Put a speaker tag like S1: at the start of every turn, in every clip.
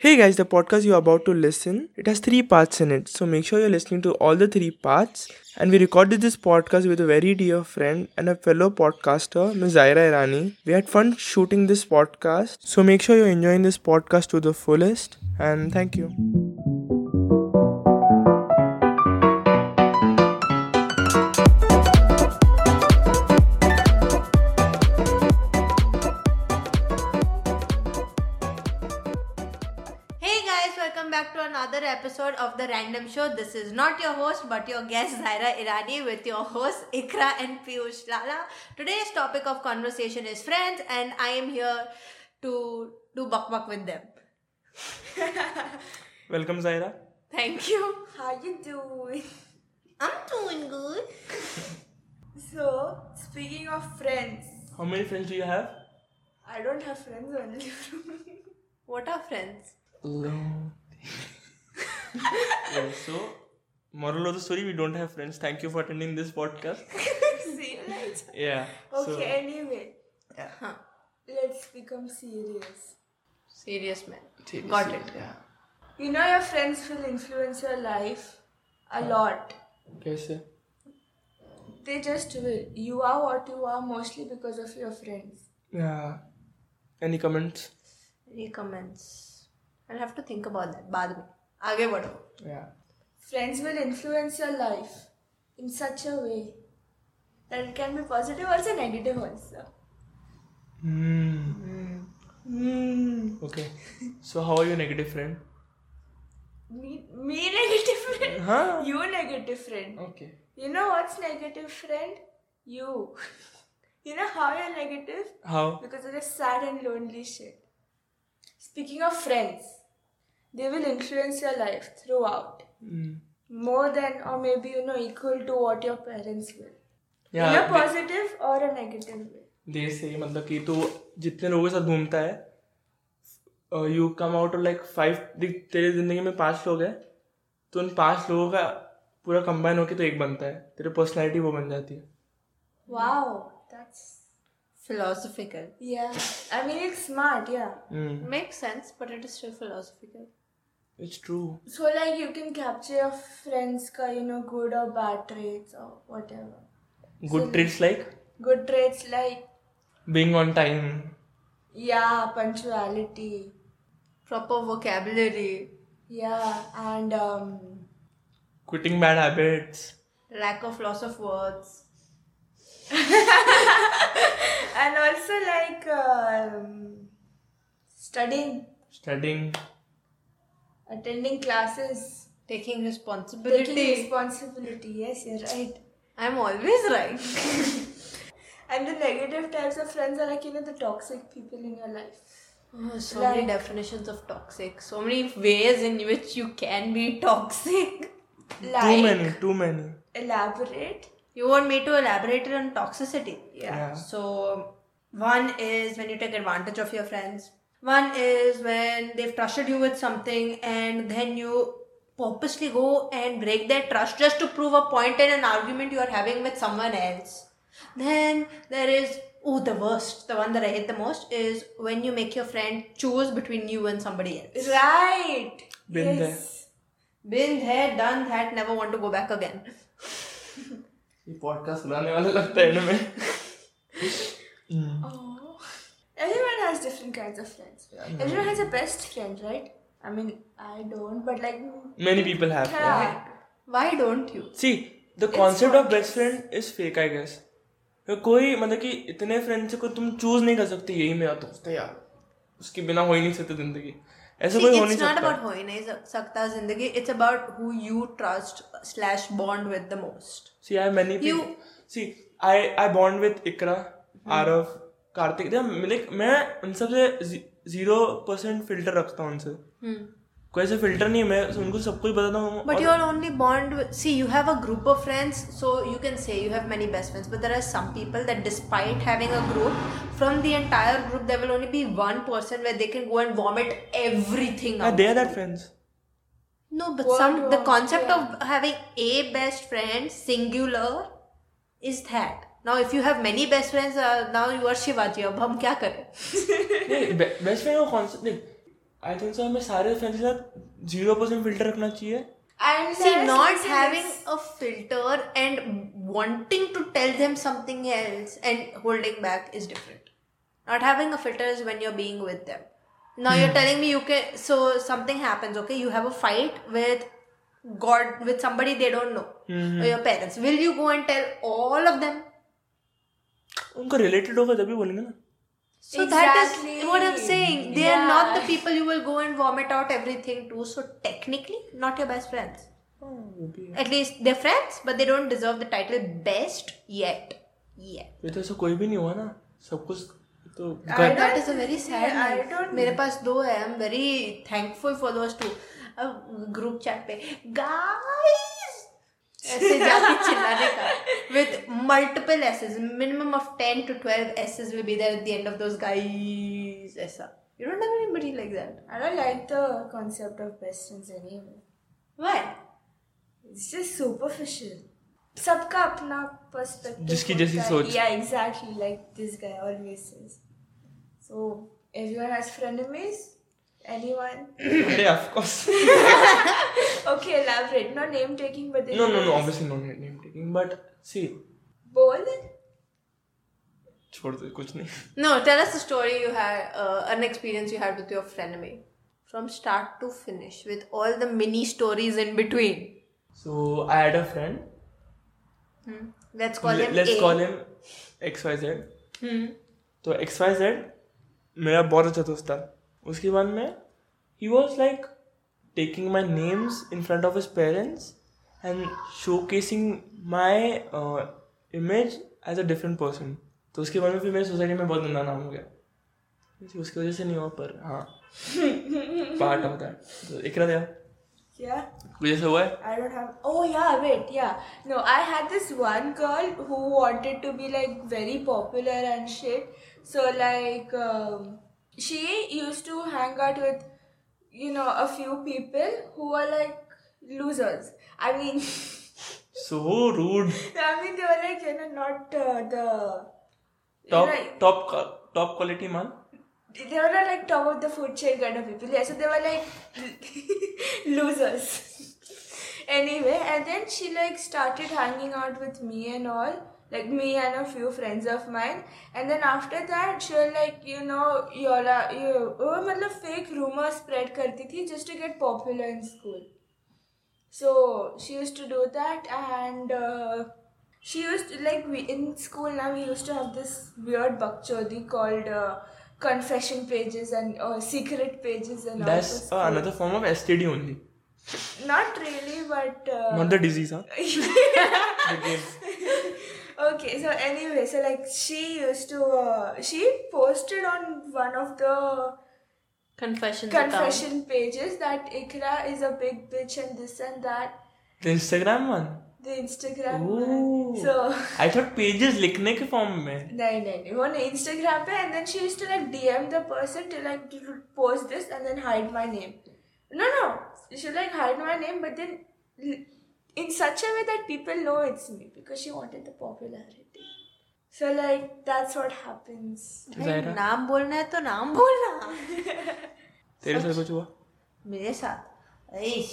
S1: Hey guys, the podcast you're about to listen, it has three parts in it. So make sure you're listening to all the three parts. And we recorded this podcast with a very dear friend and a fellow podcaster, Ms. Zaira Irani. We had fun shooting this podcast. So make sure you're enjoying this podcast to the fullest. And thank you.
S2: Hey guys, welcome back to another episode of The Random Show. This is not your host but your guest Zaira Irani with your hosts Ikra and Piyush Lala. Today's topic of conversation is friends and I am here to do buck buck with them.
S1: Welcome, Zaira.
S2: Thank you.
S3: How you doing?
S2: I'm doing good.
S3: So, speaking of friends,
S1: How many friends do you have?
S3: I don't have friends only.
S2: What are friends?
S1: so, moral of the story, we don't have friends. Thank you for attending this podcast.
S3: See you later.
S1: Yeah.
S3: Okay, anyway,
S2: Huh.
S3: let's become serious.
S2: Serious man. Got it.
S3: You know your friends will influence your life a lot.
S1: कैसे
S3: They just will. You are what you are mostly because of your friends.
S1: Yeah. Any comments?
S2: Any comments? I'll have to think about that. बाद में. आगे बढ़ो.
S1: Yeah.
S3: Friends will influence your life in such a way that it can be positive also negative also.
S1: Hmm.
S3: Hmm.
S1: Okay. So how are you, negative friend?
S3: Me, me negative friend.
S1: Huh?
S3: You negative friend.
S1: Okay.
S3: You know what's negative, friend? You. you know how you're negative?
S1: How?
S3: Because of the sad and lonely shit. Speaking of friends, they will influence your life throughout.
S1: Mm.
S3: More than, or maybe, you know, equal to what your parents will. In a
S1: Yeah. They,
S3: positive or a negative way.
S1: they say मतलब कि तू जितने लोगों के साथ घूमता है you come out like five तेरे जिंदगी में पांच लोग हैं तो उन पांच लोगों का पूरा कंबाइन होके तो एक बनता है तेरी पर्सनैलिटी वो बन जाती है
S3: Wow, that's.
S2: Philosophical.
S3: Yeah. I mean, it's smart, yeah.
S1: Hmm.
S2: Makes sense, but it is still philosophical.
S1: It's true
S3: So, like, you can capture your friends' ka, you know, good or bad traits or whatever.
S1: Good tricks like
S3: Good traits like,
S1: being on time
S3: yeah, punctuality.
S2: Proper vocabulary.
S3: Yeah, and um,
S1: quitting bad habits
S2: lack of loss of words
S3: and also like um, studying,
S1: studying
S3: attending classes,
S2: taking responsibility
S3: taking responsibility. Yes, you're right.
S2: i'm always right
S3: And the negative types of friends are like you know the toxic people in your life.
S2: oh, so
S3: Like-
S2: many definitions of toxic so many ways in which you can be toxic
S1: too
S3: Like
S1: many too many
S3: elaborate.
S2: you want me to elaborate on toxicity
S3: Yeah.
S2: so one is when you take advantage of your friends one is when they've trusted you with something and then you purposely go and break their trust just to prove a point in an argument you are having with someone else then there is oh the worst the one that i hate the most is when you make your friend choose between you and somebody else
S3: Right.
S1: Been
S3: yes.
S2: been there done that never want to go back again
S1: ये podcast सुनाने वाला लगता है इनमें हम्म,
S3: Oh. Everyone has different kinds of friends. Everyone has a best friend, right? I mean, I don't, but like,
S1: many people have
S2: हाँ।
S3: yeah.
S2: why don't you
S1: see the concept of best friend is fake i guess तो कोई मतलब कि इतने friend से को तुम choose नहीं कर सकते यही मेरा दोस्त है यार उसके बिना हो ही नहीं सकती जिंदगी ऐसा
S2: See,
S1: कोई हो नहीं
S2: it's not
S1: सकता
S2: about हो ही नहीं सक- सकता जिंदगी it's about who you trust slash bond with the most
S1: See, I have many
S2: You- Hmm.
S1: people. See, I I bond with Ikra, Arav, Kartik. They are like मैं उन सब से जीरो परसेंट फिल्टर रखता हूँ उनसे कोई ऐसे filter नहीं है मैं उनको सब कुछ बताता हूँ
S2: Hmm. but
S1: और-
S2: you'll only bond with, see you have a group of friends so you can say you have many best friends but there are some people that despite having a group from the entire group there will only be one person where they can go and vomit everything
S1: Yeah,
S2: out
S1: they are that friends.
S2: no but
S3: Word
S2: some the
S3: vomit,
S2: concept
S3: yeah.
S2: of having a best friend singular is that now if you have many best friends uh, now you are shivaji अब हम क्या करें
S1: नहीं best friend का concept नहीं I think so हमें सारे friends के साथ जीरो परसेंट फिल्टर रखना चाहिए
S3: And
S2: See,
S3: there are
S2: not
S3: certain
S2: having
S3: things-
S2: a filter and wanting to tell them something else and holding back is different. Not having a filter is when you're being with them. Now you're
S3: Hmm.
S2: telling me you can. So something happens, okay? You have a fight with God, with somebody they don't know, or
S3: Hmm.
S2: your parents. Will you go and tell all of them?
S1: उनका related होगा तभी बोलेंगे ना
S2: So that is
S3: Exactly.
S2: what I'm saying. They are
S3: Yeah.
S2: not the people you will go and vomit out everything to. So technically, not your best friends.
S1: हाँ, वो भी है
S2: At least they're friends, but they don't deserve the title best yet. Yeah.
S1: ये तो ऐसा कोई भी नहीं हुआ ना सब कुछ तो
S3: I
S1: gut
S2: That
S3: don't-
S2: is a very sad
S3: yeah, I
S2: life.
S3: don't-
S2: मेरे पास दो है I am very thankful for those two group chat पे गाइस ऐसे जाके चिल्लाने का with multiple asses minimum of 10 to 12 asses will be there at the end of those guys ऐसा you don't have anybody like that
S3: I don't like the concept of best friends anyway.
S2: Why
S3: It's just superficial. सबका अपना perspective.
S1: जिसकी
S3: होता
S1: जैसी
S3: है.
S1: सोच।
S3: Yeah, exactly. Like this guy always says. So everyone has frenemies. Anyone?
S1: अरे of course
S3: okay, elaborate. No name taking, but
S1: no no no obviously no name taking but see
S3: Bowl.
S1: छोड़ दो कुछ नहीं
S2: no tell us the story you had an experience you had with your friend me from start to finish with all the mini stories in between
S1: So I had a friend.
S2: Let's call him
S1: Let's
S2: A. Hmm.
S1: call him XYZ. तो XYZ मेरा बहुत अच्छा दोस्त था उसके बाद में he was like taking my names in front of his parents and showcasing my uh, image as a different person तो उसके बाद में फिर मेरी सोसाइटी में बहुत गंदा नाम हो गया वैसे उसकी वजह से नहीं हुआ पर हाँ पार्ट ऑफ दैट तो इकरा दिया
S3: Yeah.
S1: कुछ ऐसा तो हुआ है
S3: I don't have. Oh yeah, wait, yeah. No, I had this one girl who wanted to be like very popular and shit. So like, um, she used to hang out with, you know, a few people who were like losers. I mean,
S1: so rude
S3: I mean they were like you know not uh, the
S1: top
S3: you know,
S1: top top quality man
S3: they were not like top of the food chain kind of people. Yeah, so they were like losers. anyway, and then she like started hanging out with me and all, like me and a few friends of mine. And then after that, she was like, you know, y'all are you, वो मतलब fake rumor spread करती थी just to get popular in school. So she used to do that, and uh, she used to, like we in school now we used to have this weird bakchodi called uh, confession pages and or secret pages and all.
S1: That's
S3: for
S1: uh,
S3: school.
S1: another form of STD only.
S3: Not really, but uh,
S1: Not the disease, huh? The game.
S3: okay. So anyway, so like she used to uh, she posted on one of the
S2: Confessions account.
S3: confession pages that Ikra is a big bitch and this and that.
S1: The Instagram one.
S3: The Instagram
S1: Ooh.
S3: one. So.
S1: I thought pages लिखने के form में
S3: नहीं नहीं नहीं वो नहीं Instagram पे and then she used to like DM the person to like to post this and then hide my name no no she like hide my name but then in such a way that people know it's me because she wanted the popularity so like that's what happens
S1: Zaira
S2: नाम बोलना है तो नाम बोलना
S1: तेरे साथ कुछ हुआ
S2: मेरे साथ Ash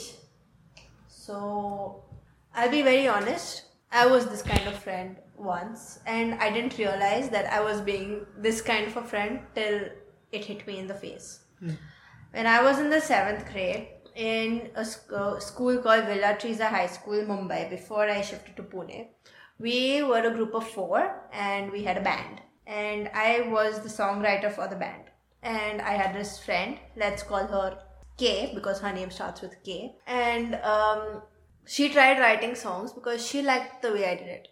S2: so I be very honest I was this kind of friend once and i didn't realize that i was being this kind of a friend till it hit me in the face when i was in the seventh grade in a sc- uh, school called villa Teresa high school mumbai before i shifted to pune we were a group of four and we had a band and i was the songwriter for the band and i had this friend let's call her K because her name starts with K. And um, she tried writing songs because she liked the way I did it.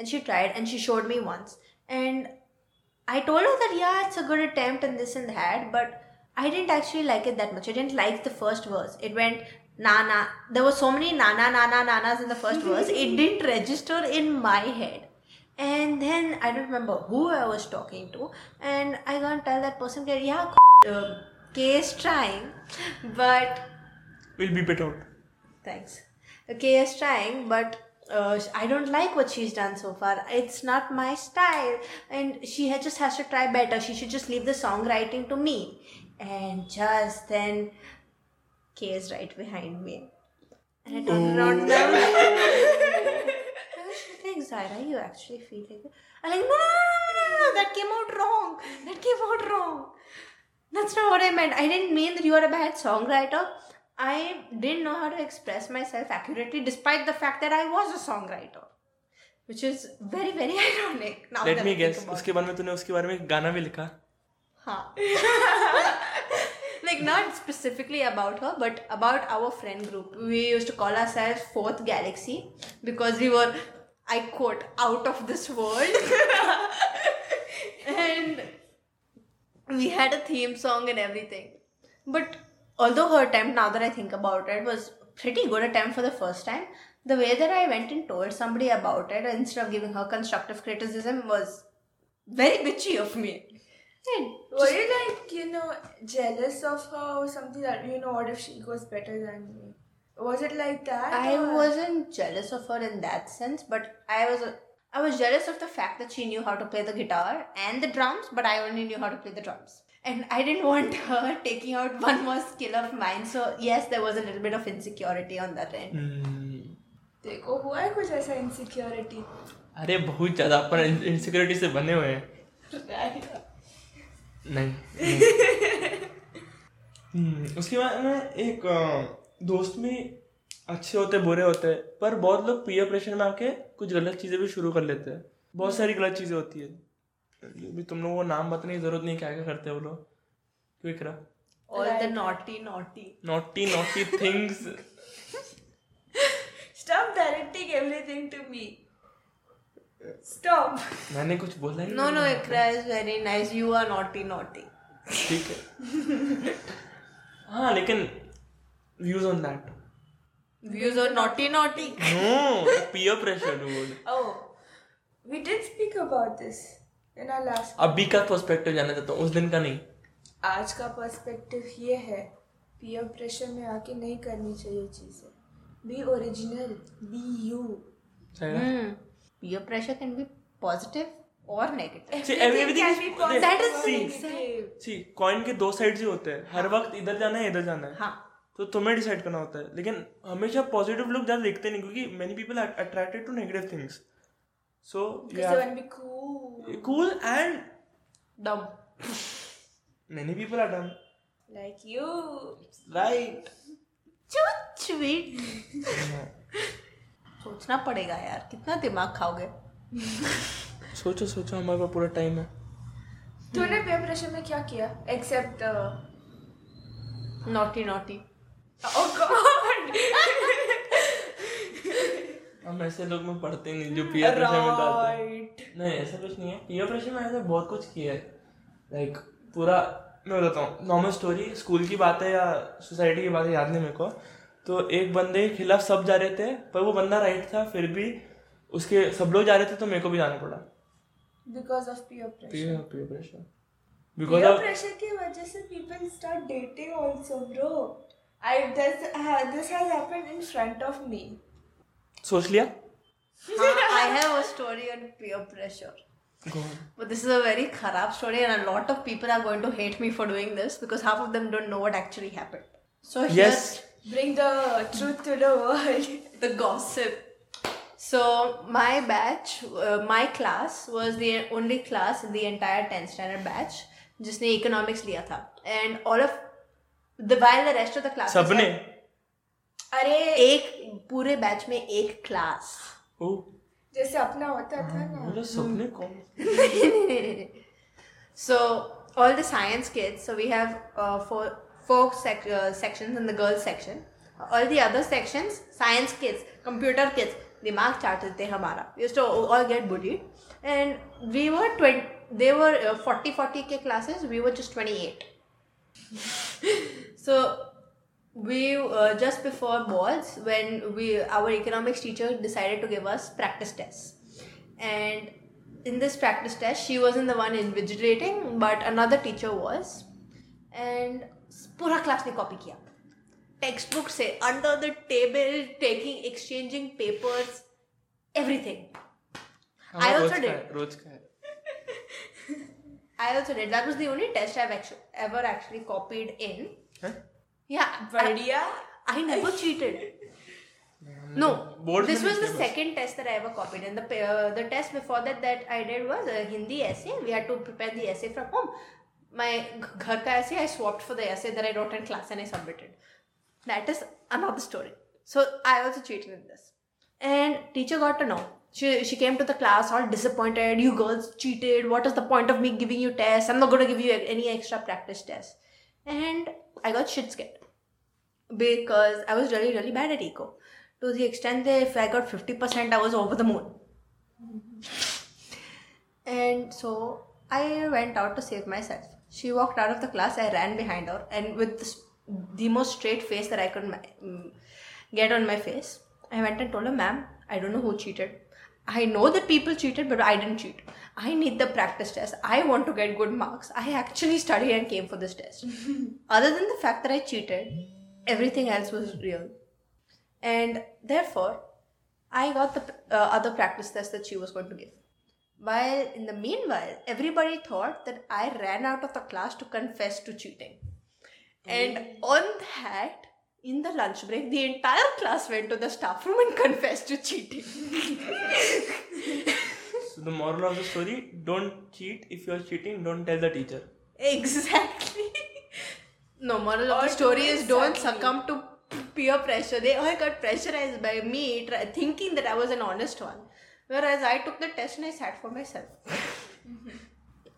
S2: And she tried and she showed me once. And I told her that, yeah, it's a good attempt and this and that, but I didn't actually like it that much. I didn't like the first verse. It went na na. There were so many na na na na nanas in the first verse. It didn't register in my head. And then I don't remember who I was talking to, and I can't tell that person, that, yeah, uh, K is trying, but
S1: We'll beep it out.
S2: thanks. K is trying, but uh, I don't like what she's done so far. It's not my style, and she ha- just has to try better. She should just leave the songwriting to me. And just then, K is right behind me. And I turned around and I was I was just like, Zaira, you actually feel like that? I'm like, no, no, no, no, no, no, that came out wrong. That came out wrong. That's not what I meant. I didn't mean that you are a bad songwriter. I didn't know how to express myself accurately, despite the fact that I was a songwriter, which is very, very ironic. Now
S1: let
S2: that
S1: me
S2: I
S1: guess
S2: think about
S1: उसके
S2: it.
S1: बारे में तूने उसके बारे में गाना भी लिखा
S2: Huh. like not specifically about her, but about our friend group. We used to call ourselves Fourth Galaxy because we were, I quote, out of this world. and we had a theme song and everything. But although her attempt, now that I think about it, was pretty good attempt for the first time. The way that I went and told somebody about it instead of giving her constructive criticism was very bitchy of me. And
S3: Were you like, you know, jealous of her or something that, you know, what if she goes better than me? Was it like that?
S2: I
S3: or-
S2: wasn't jealous of her in that sense, but I was I was jealous of the fact that she knew how to play the guitar and the drums, but I only knew how to play the drums. And I didn't want her taking out one more skill of mine. So yes, there was a little bit of insecurity on that end.
S1: Hmm.
S3: देखो हुआ है कुछ ऐसा insecurity
S1: अरे बहुत ज्यादा अपन insecurity से बने हुए हैं नहीं, नहीं। हम्म, उसके बाद ना एक अ, दोस्त में अच्छे होते बुरे होते पर बहुत लोग पीयर प्रेशर में आके कुछ गलत चीजें भी शुरू कर लेते हैं बहुत सारी गलत चीजें होती है भी तुम लोग वो नाम बताने की जरूरत नहीं क्या क्या करते हैं वो लोग क्यों करा
S2: All the naughty, naughty.
S1: Naughty naughty things
S3: stop directing everything to me stop
S1: मैंने कुछ बोला ही
S2: No, no, Ikra is very nice. You are naughty, naughty.
S1: नहीं। ठीक है हाँ लेकिन views on that
S2: Views are naughty, naughty.
S1: No peer pressure dude
S3: oh we did speak about this in our last
S1: अभी का पर्सपेक्टिव जानना चाहता हूँ उस दिन का नहीं
S3: आज का पर्सपेक्टिव ये है पीयर प्रेशर में आके नहीं करनी चाहिए चीज़ें बी ओरिजिनल बी यू
S1: सही
S2: Hmm. Peer pressure can be positive or negative.
S1: See, everything is-
S3: is
S2: That is
S1: see coin के दो साइड ही होते हैं हर वक्त इधर जाना है इधर जाना है
S2: Huh.
S1: तो तुम्हें डिसाइड करना होता है लेकिन हमेशा पॉजिटिव लोग ज्यादा देखते नहीं क्योंकि many people are attracted to negative things so
S3: be cool
S1: cool and
S2: Dumb.
S1: Many people are done
S3: like you
S1: right
S2: Too sweet. सोचना पड़ेगा यार कितना दिमाग खाओगे
S1: सोचो सोचो हमारे पास पूरा टाइम है
S3: तूने पीयर प्रेशर में क्या किया uh, except
S2: naughty naughty
S3: oh God
S1: हम ऐसे लोग में पढ़ते नहीं जो पीयर प्रेशर में डालते हैं
S3: राइट
S1: नहीं ऐसा कुछ नहीं है पीयर प्रेशर में ऐसा तो बहुत कुछ किया है लाइक पूरा मैं बताता हूँ नॉर्मल स्टोरी स्कूल की बात है या सोसाइटी की बात है याद नहीं मेरे को तो एक बंदे के खिलाफ सब जा रहे थे पर वो बंदा राइट था फिर भी उसके सब लोग जा रहे थे तो मेरे को भी जाना पड़ा
S3: because of peer pressure
S1: peer peer pressure because
S3: peer
S1: of
S3: pressure की वजह से people start dating also bro I this this has happened in front of me
S1: सोच लिया
S2: I have a story on peer pressure But this is a very kharab story, and a lot of people are going to hate me for doing this because half of them don't know what actually happened. So
S1: yes
S2: here's
S3: bring the truth to the world
S2: the gossip. So my batch, uh, my class was the only class in the entire 10th standard batch जिसने economics लिया था, and all of the while the rest of the class
S1: सबने
S3: अरे
S2: एक पूरे batch में एक class
S1: ओ
S3: जैसे अपना होता था ना
S1: मुझे सबने कौन
S2: so all the science kids so we have uh, four four sec- uh, sections in the girls section all the other sections science kids computer kids दिमाग चाट देते हैं हमारा use to all get buddied and we were twenty they were forty forty के classes we were just twenty eight So we uh, just before boards when we our economics teacher decided to give us practice tests, and in this practice test she wasn't the one invigilating but another teacher was, and पूरा class ने copy किया textbook book से under the table taking exchanging papers everything
S1: हाँ,
S2: I
S1: रोज
S2: also
S1: का
S2: did.
S1: है, रोज का है
S2: I also did. That was the only test I've actu- ever actually copied in.
S1: Huh?
S2: Yeah. I,
S3: Vadia?
S2: I never cheated. No,
S1: Board
S2: this was the
S1: syllabus.
S2: second test that I ever copied, and the pa- uh, the test before that that I did was a Hindi essay. We had to prepare the essay from home. My g- ghar ka essay I swapped for the essay that I wrote in class and I submitted. That is another story. So I also cheated in this, and teacher got to know. She, she came to the class all disappointed. You girls cheated. What is the point of me giving you tests? I'm not going to give you e-, any extra practice tests. And I got shit scared because I was really, really bad at eco. To the extent that if I got 50%, I was over the moon. And so I went out to save myself. She walked out of the class, I ran behind her, and with the s- the most straight face that I could ma- mm, get on my face, I went and told her, Ma'am, I don't know who cheated. I know that people cheated, but I didn't cheat. I need the practice test. I want to get good marks. I actually studied and came for this test. Other than the fact that I cheated, everything else was real. And therefore, I got the uh, other practice test that she was going to give. While in the meanwhile, everybody thought that I ran out of the class to confess to cheating. And on that, in the lunch break, the entire class went to the staff room and confessed to cheating.
S1: So the moral of the story: Don't cheat. If you are cheating, don't tell the teacher.
S2: exactly. No, moral of
S3: Or
S2: the
S3: do
S2: story is don't
S3: exactly.
S2: succumb to peer pressure. They all got pressurized by me try, thinking that I was an honest one. Whereas I took the test and I sat for myself.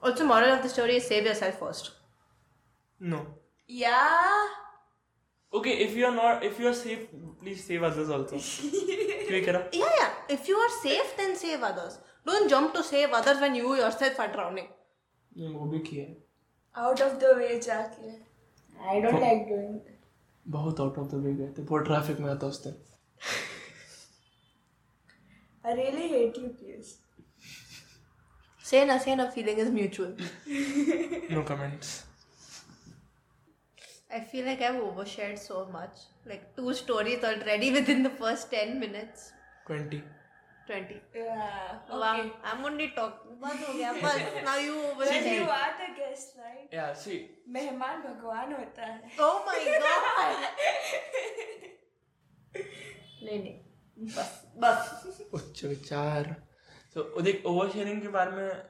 S2: Also, moral of the story is save yourself first.
S1: No.
S3: Yeah.
S1: Okay, if you are not, if you are safe, please save others also. Quick, right?
S2: Yeah, yeah. If you are safe, then save others. Don't jump to save others when you yourself are drowning.
S1: ये वो भी किया है
S3: Out of the way, जाके. I don't like doing that.
S1: बहुत out of the way गए थे बहुत ट्रैफिक में आता उस दिन
S3: I really hate you, please.
S2: Sana, sana feeling is mutual.
S1: No comments
S2: I feel like I've overshared so much. Like two stories already within the first 10 minutes.
S1: 20
S2: 20.
S3: Yeah.
S2: Wow, I'm only talking. बस हो गया, बस. Now you
S3: Well,
S2: overshared.
S3: you are the guest, right?
S1: या see
S3: मेहमान भगवान होता है
S2: Oh my god! नहीं नहीं बस बस
S1: उच्च विचार तो देख ओवर शेयरिंग के बारे में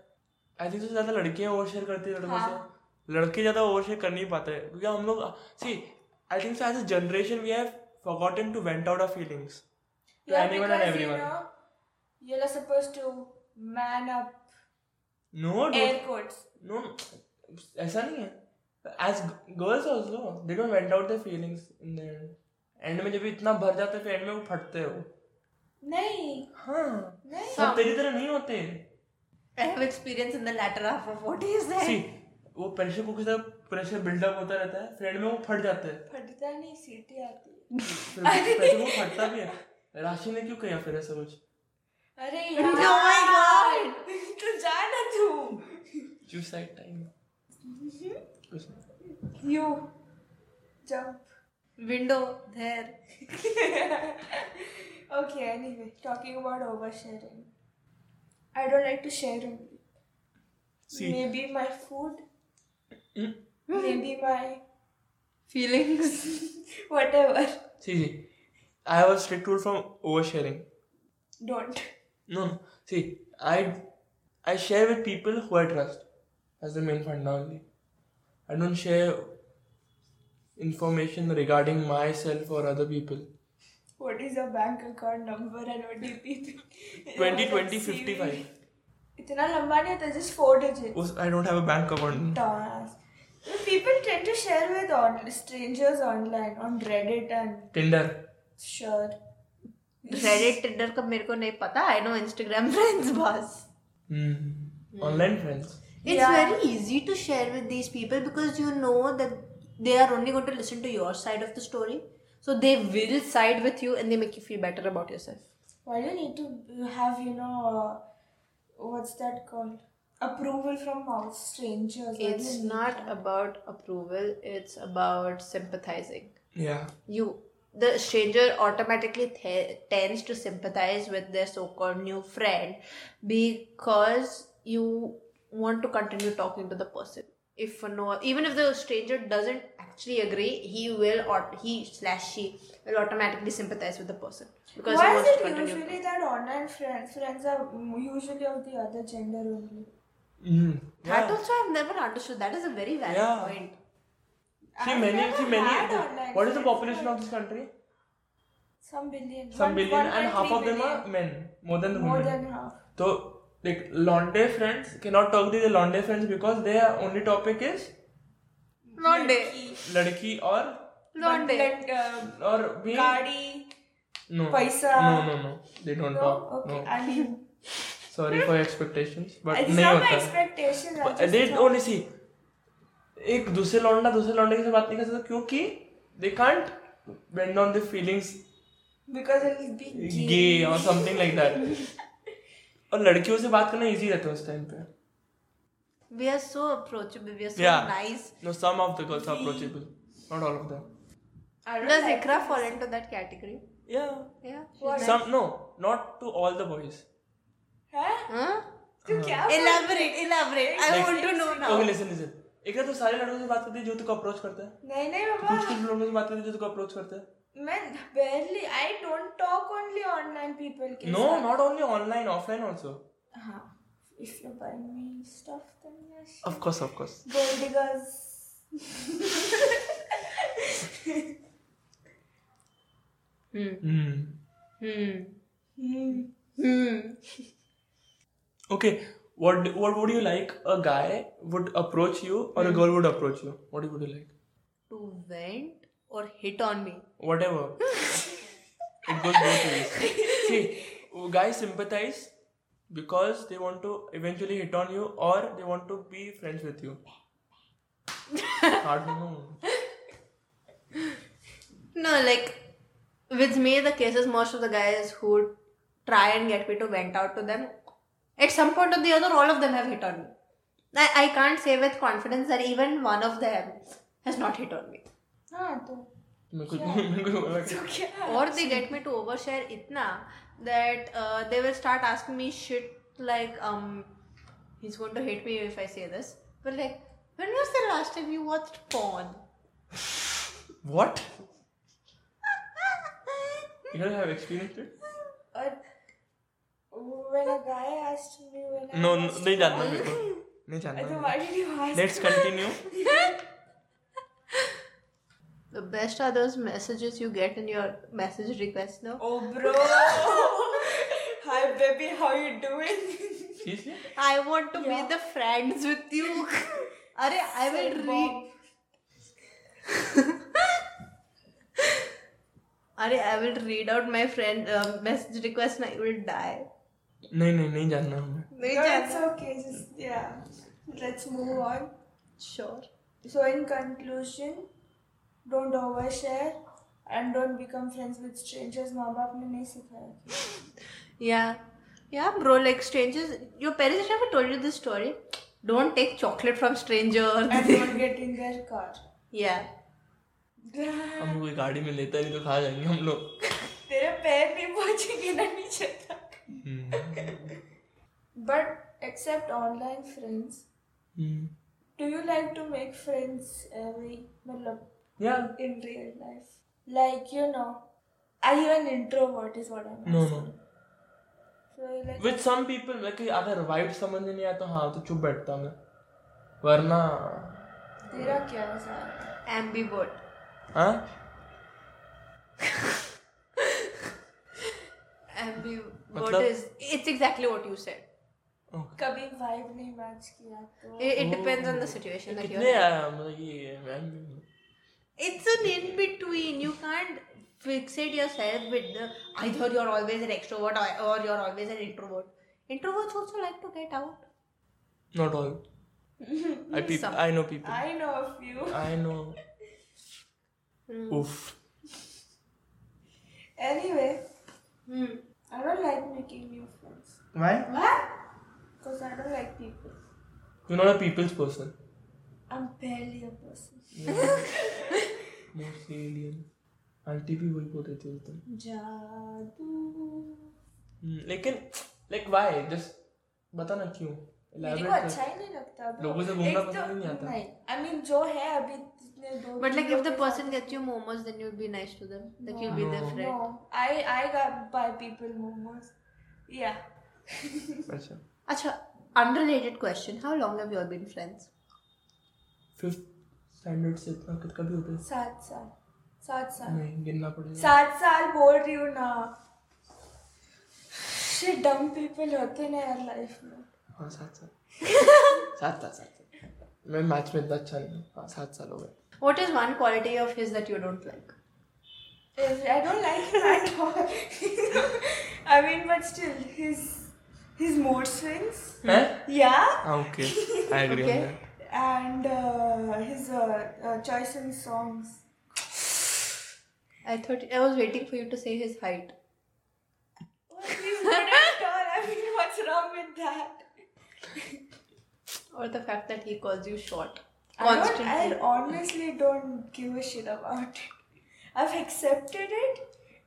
S1: आई थिंक ज्यादा लड़कियां ओवर शेयर करती है लड़कों
S3: हाँ।
S1: से लड़के ज्यादा ओवर शेयर कर नहीं पाते क्योंकि हम लोग see I think so as a generation we have forgotten to vent out our feelings to
S3: Yeah,
S1: anyone and
S3: because,
S1: everyone
S3: You know, you're supposed to man up.
S1: no dude,
S3: Air quotes.
S1: no ऐसा नहीं है as girls also they don't vent out their feelings in the end end में जब ये इतना भर जाते हैं फिर एंड में वो फटते हो
S3: नहीं
S1: हाँ
S3: नहीं
S1: सब तेरी तरह नहीं होते
S2: I have experience in the latter half of what he said.
S1: See वो प्रेशर कुकर से प्रेशर बिल्डअप होता रहता है फ्रेंड में वो फट जाते हैं
S3: फटता नहीं सीटी आती है
S1: फिर वो- फिर वो फटता भी है राशि ने क्यों किया फिर ऐसा कुछ
S3: अरे
S2: Oh my God!
S3: तू तो जा ना तू
S1: चूज साइड टाइम Mm-hmm. कुछ नहीं
S3: you jump
S2: Window there.
S3: okay anyway talking about oversharing I don't like to share only.
S1: See.
S3: maybe my food
S1: Hmm?
S3: maybe my
S2: Feelings.
S3: whatever
S1: see see I have a strict rule from oversharing
S3: don't
S1: no no see I I share with people who I trust as the main फंडा only I don't share information regarding myself or other people
S3: What is your bank account number and OTP?
S1: 20 20 55
S3: इतना लंबा नहीं होता just four digits.
S1: उस- I don't have a bank account.
S3: Dumbass. People tend to share with on- strangers online on Reddit and
S1: Tinder.
S3: sure.
S2: Reddit, Tinder का मेरे को नहीं पता. I know Instagram friends बस.
S1: Hmm.
S3: Hmm.
S1: Online friends.
S2: It's
S3: Yeah.
S2: very easy to share with these people because you know that they are only going to listen to your side of the story. So they will side with you and they make you feel better about yourself.
S3: Why do you need to have you know uh, what's that called? Approval from out strangers. Why do
S2: It's
S3: you need
S2: not
S3: that?
S2: about approval, it's about sympathizing.
S1: Yeah.
S2: You the stranger automatically th- tends to sympathize with their so-called new friend because you want to continue talking to the person if for no even if the stranger doesn't actually agree he will or he slash she will automatically sympathize with the person because he
S3: Why is
S2: wants to
S3: it
S2: continue
S3: usually that online friends friends are usually of the other gender only?
S1: Hmm.
S2: that also i've never understood that is a very valid
S1: Yeah.
S2: point
S1: See
S3: I've
S1: many,
S3: never
S1: see many.
S3: had online
S1: What is the
S3: friends.
S1: population of this country?
S3: Some billion.
S1: Some
S3: One-
S1: billion, and
S3: 1.3
S1: half of them
S3: billion.
S1: are men, more than the
S3: more
S1: women.
S3: than half.
S1: So like londe friends cannot talk to the londe friends because their only topic is
S2: Londe.
S1: ladki or
S2: Londe.
S3: But, um,
S1: or being
S3: Gadi.
S1: no
S3: paisa.
S1: no no no they don't talk
S3: Okay.
S1: no
S3: I mean,
S1: sorry for expectations but
S3: it's
S1: नहीं
S3: not my
S1: होता
S3: expectation. I
S1: But
S3: just
S1: they
S3: thought-
S1: only see एक दूसरे लौंडा दूसरे लौंडे के साथ बात नहीं कर सकता क्योंकि they can't bend on the feelings
S3: because it will be
S1: gay और समथिंग लाइक दैट और लड़कियों से बात करना इजी रहता है उस टाइम पे
S2: we are so approachable we are so
S1: Yeah.
S2: nice
S1: no some of the girls are approachable not all of them
S3: I don't
S2: does
S3: like
S2: ikra fall into that category
S1: Yeah.
S2: yeah
S1: Some no, not to all the boys.
S3: Huh?
S2: huh?
S3: तो क्या
S2: elaborate elaborate i want to know now
S1: Okay, listen, listen. एकरा तो सारे लड़कों से बात करती है जो तुझको अप्रोच करता है
S3: नहीं नहीं बाबा
S1: कुछ कुछ लोगों से बात करती है जो तुझको अप्रोच करता है
S3: मैं barely I don't talk only online people के
S1: no not only online offline also
S3: साथ हाँ if you buy me stuff then yes
S1: of course of course
S3: gold diggers
S2: hmm
S3: hmm
S2: Hmm.
S1: Okay what what would you like a guy would approach you or
S2: Hmm.
S1: a girl would approach you what would you like
S2: To vent or hit on me.
S1: whatever it goes both ways see guys sympathize because they want to eventually hit on you or they want to be friends with you hard no
S2: No, like with me, the cases most of the guys who try and get me to vent out to them, at some point or the other, all of them have hit on me. I, I can't say with confidence that even one of them has not hit on me.
S3: हाँ तो
S1: मेरे को मेरे को बोला कि-
S3: क्या
S2: Or they get me to overshare itna that uh, they will start asking me shit like, um, he's going to hate me if I say this. But like, when was the last time you watched porn?
S1: what you guys have experienced it
S3: और when a guy asked me when I
S1: no
S3: asked
S1: नहीं जानना
S3: him,
S1: मेरे को नहीं जानना
S3: तो
S1: मेरे
S3: why did you
S1: को।
S3: ask
S1: let's continue
S2: The best are those messages you get in your message request now.
S3: oh bro hi baby how you doing
S1: seriously
S2: I want to be the friends with you. Are I will read. Are I will read out my friend uh, message request and I will die.
S1: नहीं नहीं नहीं जानना हमें
S2: नहीं
S3: No,
S2: जाना.
S3: it's okay. Just yeah. Let's move on.
S2: Sure.
S3: So in conclusion, don't overshare and don't become friends with strangers. माँ बाप ने नहीं सिखाया
S2: Yeah. Yeah, bro. Like strangers, your parents never told you this story. Don't take chocolate from strangers.
S3: and don't get in their car.
S2: yeah.
S1: हम कोई गाड़ी में लेता नहीं तो खा जाएंगे हम लोग
S3: तेरे पैर नहीं पहुँचेंगे ना नीचे तक.
S1: हम्म।
S3: But except online friends,
S1: hmm.
S3: do you like to make friends every मतलब
S1: या
S3: in real life? Like you know, are you an introvert? Is what I'm
S1: no
S3: asking.
S1: No
S3: So like
S1: with some people like अगर vibe समझ में नहीं आता हाँ तो चुप बैठता मैं वरना
S3: तेरा क्या है सारा?
S2: Ambivert.
S1: हाँ
S2: Ambivert
S1: मतलब-
S2: is. It's exactly what you said.
S3: कभी vibe नहीं match किया तो
S2: It, it depends on the situation that you're
S1: कितने
S2: in.
S1: आ, मतलब ये मैं-
S2: It's an in between. You can't fixate yourself with the either you're always an extrovert or, or you're always an introvert. Introverts also like to get out.
S1: not all I people I know people
S3: I know a few.
S1: I know
S3: Hmm.
S1: oof
S3: Anyway,
S2: Hmm.
S3: I don't like making new friends.
S1: why
S3: What? Because I don't like people.
S1: you're not a people's person
S3: I'm barely a person.
S1: Mostly Indian aunty भी वही बोलती थी उस दिन Hmm,
S3: जादू
S1: लेकिन like why just बता ना क्यों
S3: मेरे को अच्छा ही नहीं लगता bro.
S1: लोगों से घूमना
S3: तो एक
S1: पसंद ही नहीं आता।
S3: नहीं आई मीन जो है अभी इतने दो
S2: But like if the
S3: लोग-
S2: person gets you momos, then you'll be nice to them. Like you'll be their friend.
S3: No, I I got by people momos. Yeah.
S4: अच्छा
S2: Acha, unrelated question. How long have you all been friends?
S1: Fifth standard से इतना कित- कभी होता है
S3: सात साल सात साल
S1: नहीं गिनना पड़ेगा
S3: सात साल बोल रही हूँ ना शिट डम पीपल होते ना यार लाइफ में
S1: हाँ सात साल सात साल सात साल मैं मैच में इतना अच्छा नहीं हूँ। हाँ सात साल हो गए
S2: What is one quality of his that you don't like?
S3: I don't like him at all. I mean, but still, his his mood swings.
S1: हैं
S3: Yeah,
S4: हाँ okay I agree
S2: Okay.
S3: and uh, his uh, uh, choice in songs.
S2: I thought I was waiting for you to say his height.
S3: Well, he's good at all. I mean, what's wrong with that?
S2: Or the fact that he calls you short.
S3: I don't-
S2: Constantly.
S3: I honestly don't give a shit about it. I've accepted it.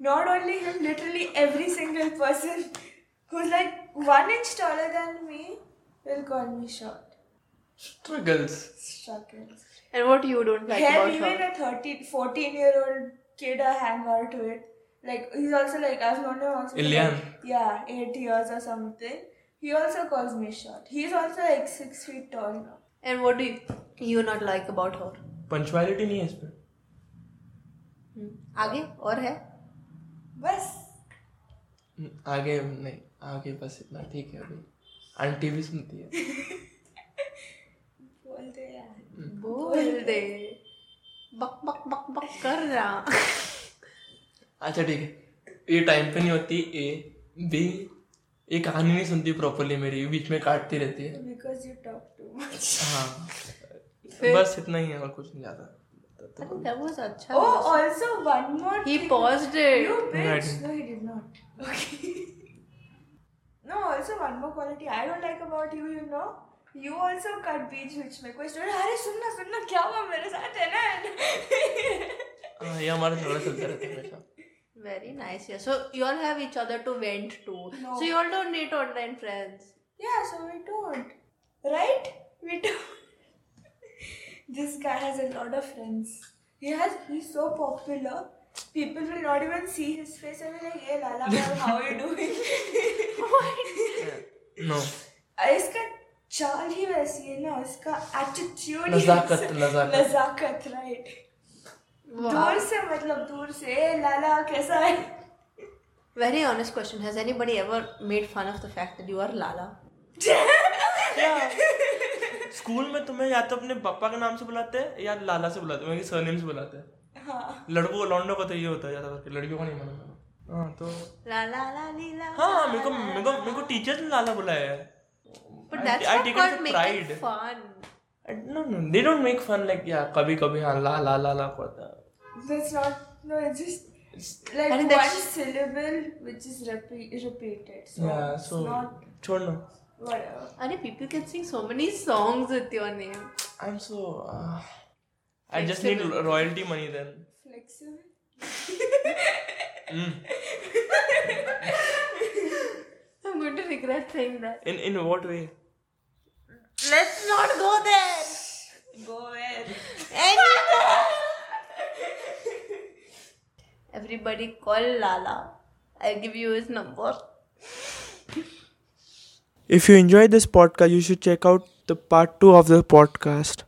S3: Not only him, literally every single person who's like one inch taller than me will call me short.
S1: Struggles
S3: Struggles.
S2: And what you don't like
S3: Hell,
S2: about
S3: even
S2: her?
S3: a 13, 14 year old kid I hang out with. Like, he's also like, I've known him also. for,
S1: Ilyan.
S3: like, yeah, 8 years or something. He also calls me short. He's also like 6 feet tall now.
S2: And what do you, you not like about her?
S1: Punctuality नहीं है इस पर
S2: Hmm. आगे और है
S3: Bus.
S1: हम्म, आगे नहीं आगे बस इतना ठीक है अभी आंटी भी सुनती है
S3: बोलते यार
S1: हम्म।
S2: बोल दे बक बक बक बक कर रहा
S1: अच्छा ठीक है ये टाइम पे नहीं होती ए बी ये कहानी नहीं सुनती प्रॉपरली मेरी बीच में काटती रहती है
S3: Because you talk too much.
S1: हाँ
S2: फिर?
S1: बस इतना ही है और कुछ नहीं ज्यादा तो
S2: अरे that was अच्छा
S3: Oh, also one more
S2: he
S3: thing.
S2: paused
S3: You
S2: it
S3: bitch. No, he did not. Okay. no, also one more quality I don't like about you, you know. You also cut बीच बीच में कोई story अरे सुनना सुनना क्या हुआ मेरे साथ है ना
S1: हाँ ये हमारा झगड़ा चलता रहता है हमेशा
S2: very nice yeah so you all have each other to vent to
S3: No.
S2: so you all don't need online friends
S3: Yeah, so we don't. Right? We don't. this guy has a lot of friends. He has he's so popular. People will not even see his face and be like, hey Lala, ma'am, how are you doing?
S1: No
S3: इसका चाल ही वैसी है ना इसका attitude
S1: नजाकत, नजाकत।
S3: नजाकत right दूर से मतलब दूर से "ए, लाला कैसा है
S2: very honest question has anybody ever made fun of the fact that you are lala
S1: school में तुम्हें या तो अपने पापा के नाम से बुलाते हैं या लाला से बुलाते हैं उनके सरनेम से बुलाते हैं
S3: हाँ
S1: लड़कों लौंडों का तो ये होता है ज्यादा करके लड़कियों का नहीं माना हाँ तो
S2: la la la li, la
S1: हाँ मेरे को मेरे को मेरे को टीचर्स ने लाला बुलाया है
S2: but that's
S1: I
S2: not
S1: take it
S2: called
S1: with
S2: making
S1: pride.
S2: fun
S1: no no they don't make fun like या कभी कभी हाँ ला ला ला ला करता है
S3: that's not no it's just like
S2: And
S3: one
S2: that's-
S3: syllable which is repeat, repeated so
S1: Yeah,
S3: it's
S1: so
S3: not
S1: छोड़ना
S3: whatever
S2: अरे people can sing so many songs with your name
S1: I am so I just need royalty money then
S3: flexible
S2: I'm going to regret saying that
S1: in in what way
S2: let's not go there
S3: go where
S2: Everybody call Lala. I'll give you his number.
S4: If you enjoyed this podcast, you should check out the part 2 of the podcast.